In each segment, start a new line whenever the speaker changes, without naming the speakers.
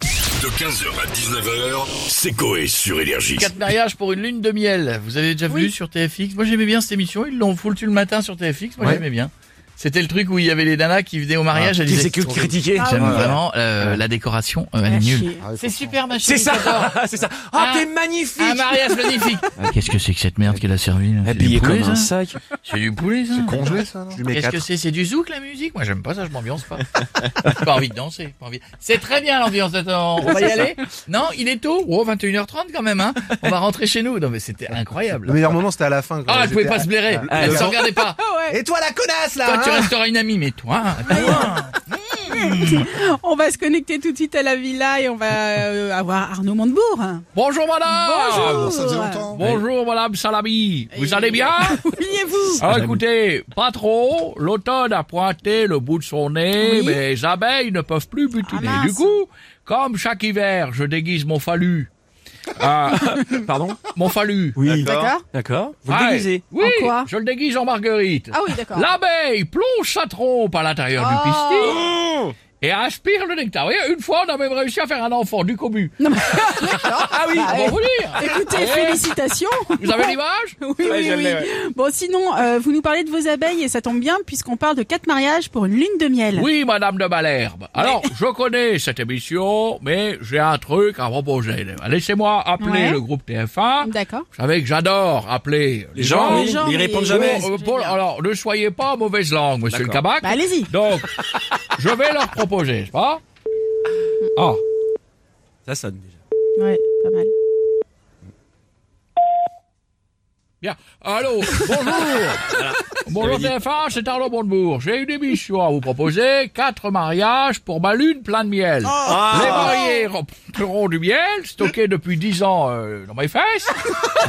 De 15h à 19h, c'est Coé sur Énergie.
Quatre mariages pour une lune de miel. Vous avez déjà vu sur TFX Moi j'aimais bien cette émission. Ils l'ont foutu le matin sur TFX. Moi
Ouais. Ah,
j'aimais bien. C'était le truc où il y avait les nanas qui venaient au mariage. elles
Qui
disaient,
c'est que critiquer
J'aime vraiment euh, la décoration. euh, elle est nulle. C'est super, ma
C'est
chérie,
ça
j'adore.
C'est ça Ah,
Ah,
t'es magnifique
Un mariage magnifique. Ah, Qu'est-ce que c'est que cette merde qu'elle a servi là
Elle
C'est du
payait
poulet,
comme un
ça
sac.
C'est du poulet, ça
congelé ça non
Qu'est-ce que c'est C'est du zouk la musique Moi j'aime pas ça, je m'ambiance pas. J'ai pas envie de danser. pas envie- C'est très bien l'ambiance. Attends, on va y aller Non, il est tôt. Oh, 21h30 quand même. Hein. On va rentrer chez nous. Non mais c'était
Le
incroyable.
meilleur moment c'était à la fin. quand
Ah, elle
j'étais-
pouvait pas se blairer.
Ah,
Elle
le-
s'en regardait pas.
Et toi la connasse là
Toi tu
hein
resteras une amie, mais toi, hein. toi.
On va se connecter tout de suite à la villa et on va euh, avoir Arnaud Montebourg.
Bonjour madame.
Bonjour.
Bonjour madame Salami. Vous
Et-
allez bien
Oui, et vous
Ah, écoutez, pas trop. L'automne a pointé le bout de son nez,
Oui.
mais les abeilles ne peuvent plus butiner.
Ah, mince.
du coup, comme chaque hiver, je déguise mon fallu. Ah,
Pardon
mon fallu.
Oui.
D'accord
D'accord. Vous le
Ouais.
déguisez.
Oui,
En quoi
je le déguise en marguerite.
Ah oui, d'accord.
L'abeille plonge sa trompe à l'intérieur
Oh.
du pistil et aspire le nectar. Vous voyez, une fois, on a même réussi à faire un enfant du commu.
Ah oui
On va vous dire.
Bah, Écoutez,
Eh,
félicitations
Vous avez l'image
Oui, oui,
Ouais, je
oui.
l'ai,
Bon, sinon, euh, vous nous parlez de vos abeilles et ça tombe bien puisqu'on parle de quatre mariages pour une lune de miel.
Oui, madame de Malherbe. Alors, je connais cette émission, mais j'ai un truc à proposer. Laissez-moi appeler
Ouais.
le groupe TF1. Vous
D'accord.
savez que j'adore appeler les gens.
oui. gens,
ils
mais-
répondent
Bon,
jamais.
euh, Paul, alors, ne soyez pas mauvaise langue, monsieur le
D'accord.
Kabak.
Bah, allez-y.
Donc, je vais leur proposer, n'est-ce pas Ah,
Ça sonne déjà.
Ouais, pas mal.
bien. Allô, bonjour. Bonjour
Je l'avais
TF1, c'est Arnaud Montebourg. J'ai une émission à vous proposer. Quatre mariages pour ma lune plein de miel. Les mariés remporteront du miel, stocké depuis 10 ans euh, dans mes fesses.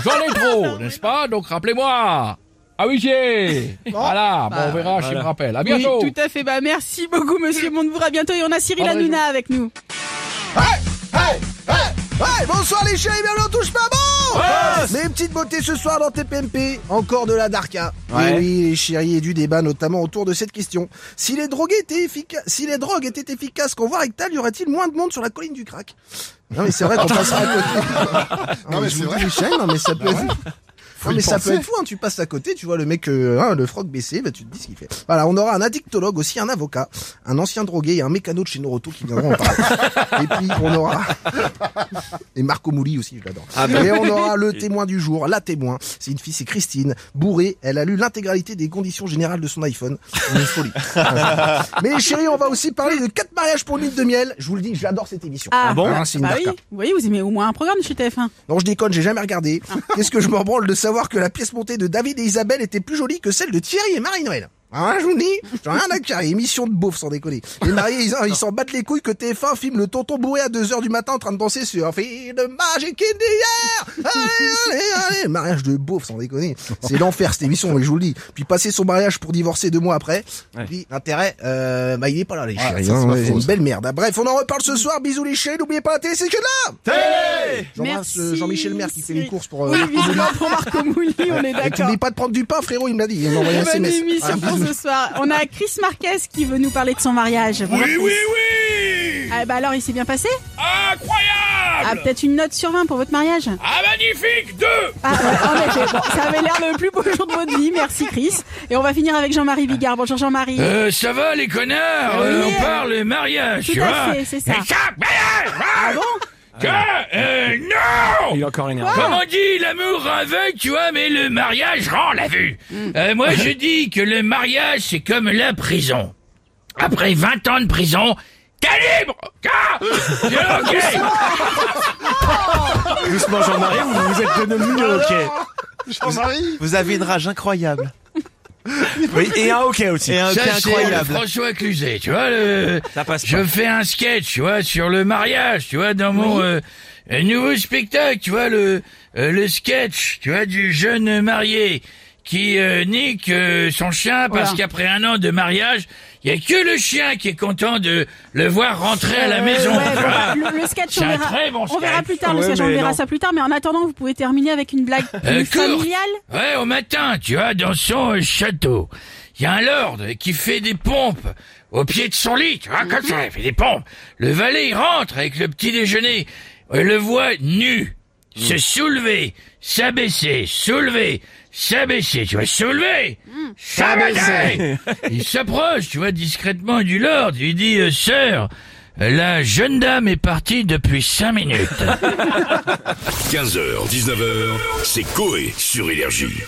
J'en ai trop, n'est-ce pas Donc rappelez-moi À huitier Voilà, bon, on verra s'il me rappelle. À bientôt
Oui, tout à fait. Bah, merci beaucoup, monsieur Montebourg. À bientôt. Et on a Cyril
Ah, bah,
Hanouna avec nous.
Hey, hey, hey, bonsoir les chéris, bienvenue, on touche pas bon Mes petites beautés ce soir dans TPMP, encore de la Darka.
Ouais.
Et oui, les chéris, et du débat notamment autour de cette question. Si les drogués étaient efficaces, si les drogues étaient efficaces qu'en voit rectal, y aurait-il moins de monde sur la colline du crack Non mais c'est vrai qu'on passera à côté. non mais c'est vrai. Bah non mais ça peut être... Non, mais ça peut être fou, hein, tu passes à côté, tu vois le mec, euh, hein, le froc baissé, bah, tu te dis ce qu'il fait. Voilà, on aura un addictologue, aussi un avocat, un ancien drogué et un mécano de chez Noroto qui viendront en parler. Et puis on aura et Marco Mouli aussi, je l'adore. Ah, bah Et on aura le témoin du jour, la témoin. C'est une fille, c'est Christine. Bourrée, elle a lu l'intégralité des conditions générales de son iPhone. Une folie. Mais chérie, on va aussi parler de quatre mariages pour une lune de miel. Je vous le dis, j'adore cette émission.
Ah
bon
Hein, c'est une
Bah oui.
darka.
Vous voyez, vous aimez au moins un programme chez TF1.
Non, je déconne, j'ai jamais regardé. Qu'est-ce que je m'en branle de savoir que la pièce montée de David et Isabelle était plus jolie que celle de Thierry et Marie-Noël Hein, je vous le dis, j'en ai rien à carrer, émission de beauf sans déconner. Les mariés, ils ils s'en battent les couilles que TF1 filme le tonton bourré à 2h du matin en train de danser sur un film magique d'hier Allez, allez, allez Mariage de beauf sans déconner. C'est l'enfer cette émission, mais je vous le dis. Puis passer son mariage pour divorcer deux mois après,
Ouais.
puis l'intérêt, euh, bah il est pas là les chéris.
Ah, ça, c'est
hein,
pas
ouais,
faux,
c'est une
ça.
belle merde. Ah, Bref, on en reparle ce soir, bisous les chéris, n'oubliez pas la télé, c'est que de là J'embrasse euh,
Merci,
Jean-Michel Maire qui fait une
Cyril.
course pour. euh,
oui, visiblement pour Marco Mouli, on est
et
d'accord.
T'oublies pas de prendre du pain, frérot, il me l'a dit. Il m'a envoyé un
Bonne
SMS.
émission
Ah,
pour ce soir. On a Chris Marquez qui veut nous parler de son mariage. Bonjour, Chris.
oui
Ah bah alors, il s'est bien passé Ah,
Incroyable
peut-être une note sur 20 pour votre mariage
Ah, magnifique Deux
Ah, ouais, en effet. Bon, ça avait l'air le plus beau jour de votre vie. Merci, Chris. Et on va finir avec Jean-Marie Bigard. Bonjour, Jean-Marie.
euh, ça va les connards
Oui.
Euh, On parle de mariage,
Tout
tu
à
vois
fait, c'est ça.
Et mariage Ah bon Ah. Que euh, Non
Il est encore énervé.
Comme on dit, l'amour rend aveugle, tu vois, mais le mariage rend la vue. Euh, moi, je dis que le mariage, c'est comme la prison. Après 20 ans de prison, t'es libre Ah C'est ok.
Doucement, Jean-Marie, vous vous êtes devenu ok.
Jean-Marie
Vous avez une rage incroyable.
Oui, et un ok aussi.
Et un
Ça,
pied
c'est le
incroyable.
François Cluzet, tu vois, le...
Ça passe pas.
je fais un sketch, tu vois, sur le mariage, tu vois, dans mon euh, euh, nouveau spectacle, tu vois, le, euh, le sketch, tu vois, du jeune marié qui euh, nique euh, son chien parce
Oula.
qu'après un an de mariage, il y a que le chien qui est content de le voir rentrer à la
Euh,
maison.
ouais,
tu
bon,
vois.
bah, le, le sketch,
C'est
on
un
verra,
très bon
on verra
sketch.
plus tard, le
Ouais,
sketch, on
mais
verra
non.
ça plus tard. Mais en attendant, vous pouvez terminer avec une blague
Euh,
plus
courte.
familiale.
Ouais, au matin, tu vois, dans son euh, château, il y a un lord qui fait des pompes au pied de son lit, tu vois, comme ça, il fait des pompes. Le valet, il rentre avec le petit déjeuner, il le voit nu, se soulever, s'abaisser, soulever, s'abaisser, tu vois, soulever, s'abaisser. Il s'approche, tu vois, discrètement du lord, il dit, euh, sœur, la jeune dame est partie depuis cinq minutes.
15h, 19h, c'est Coé sur Énergie.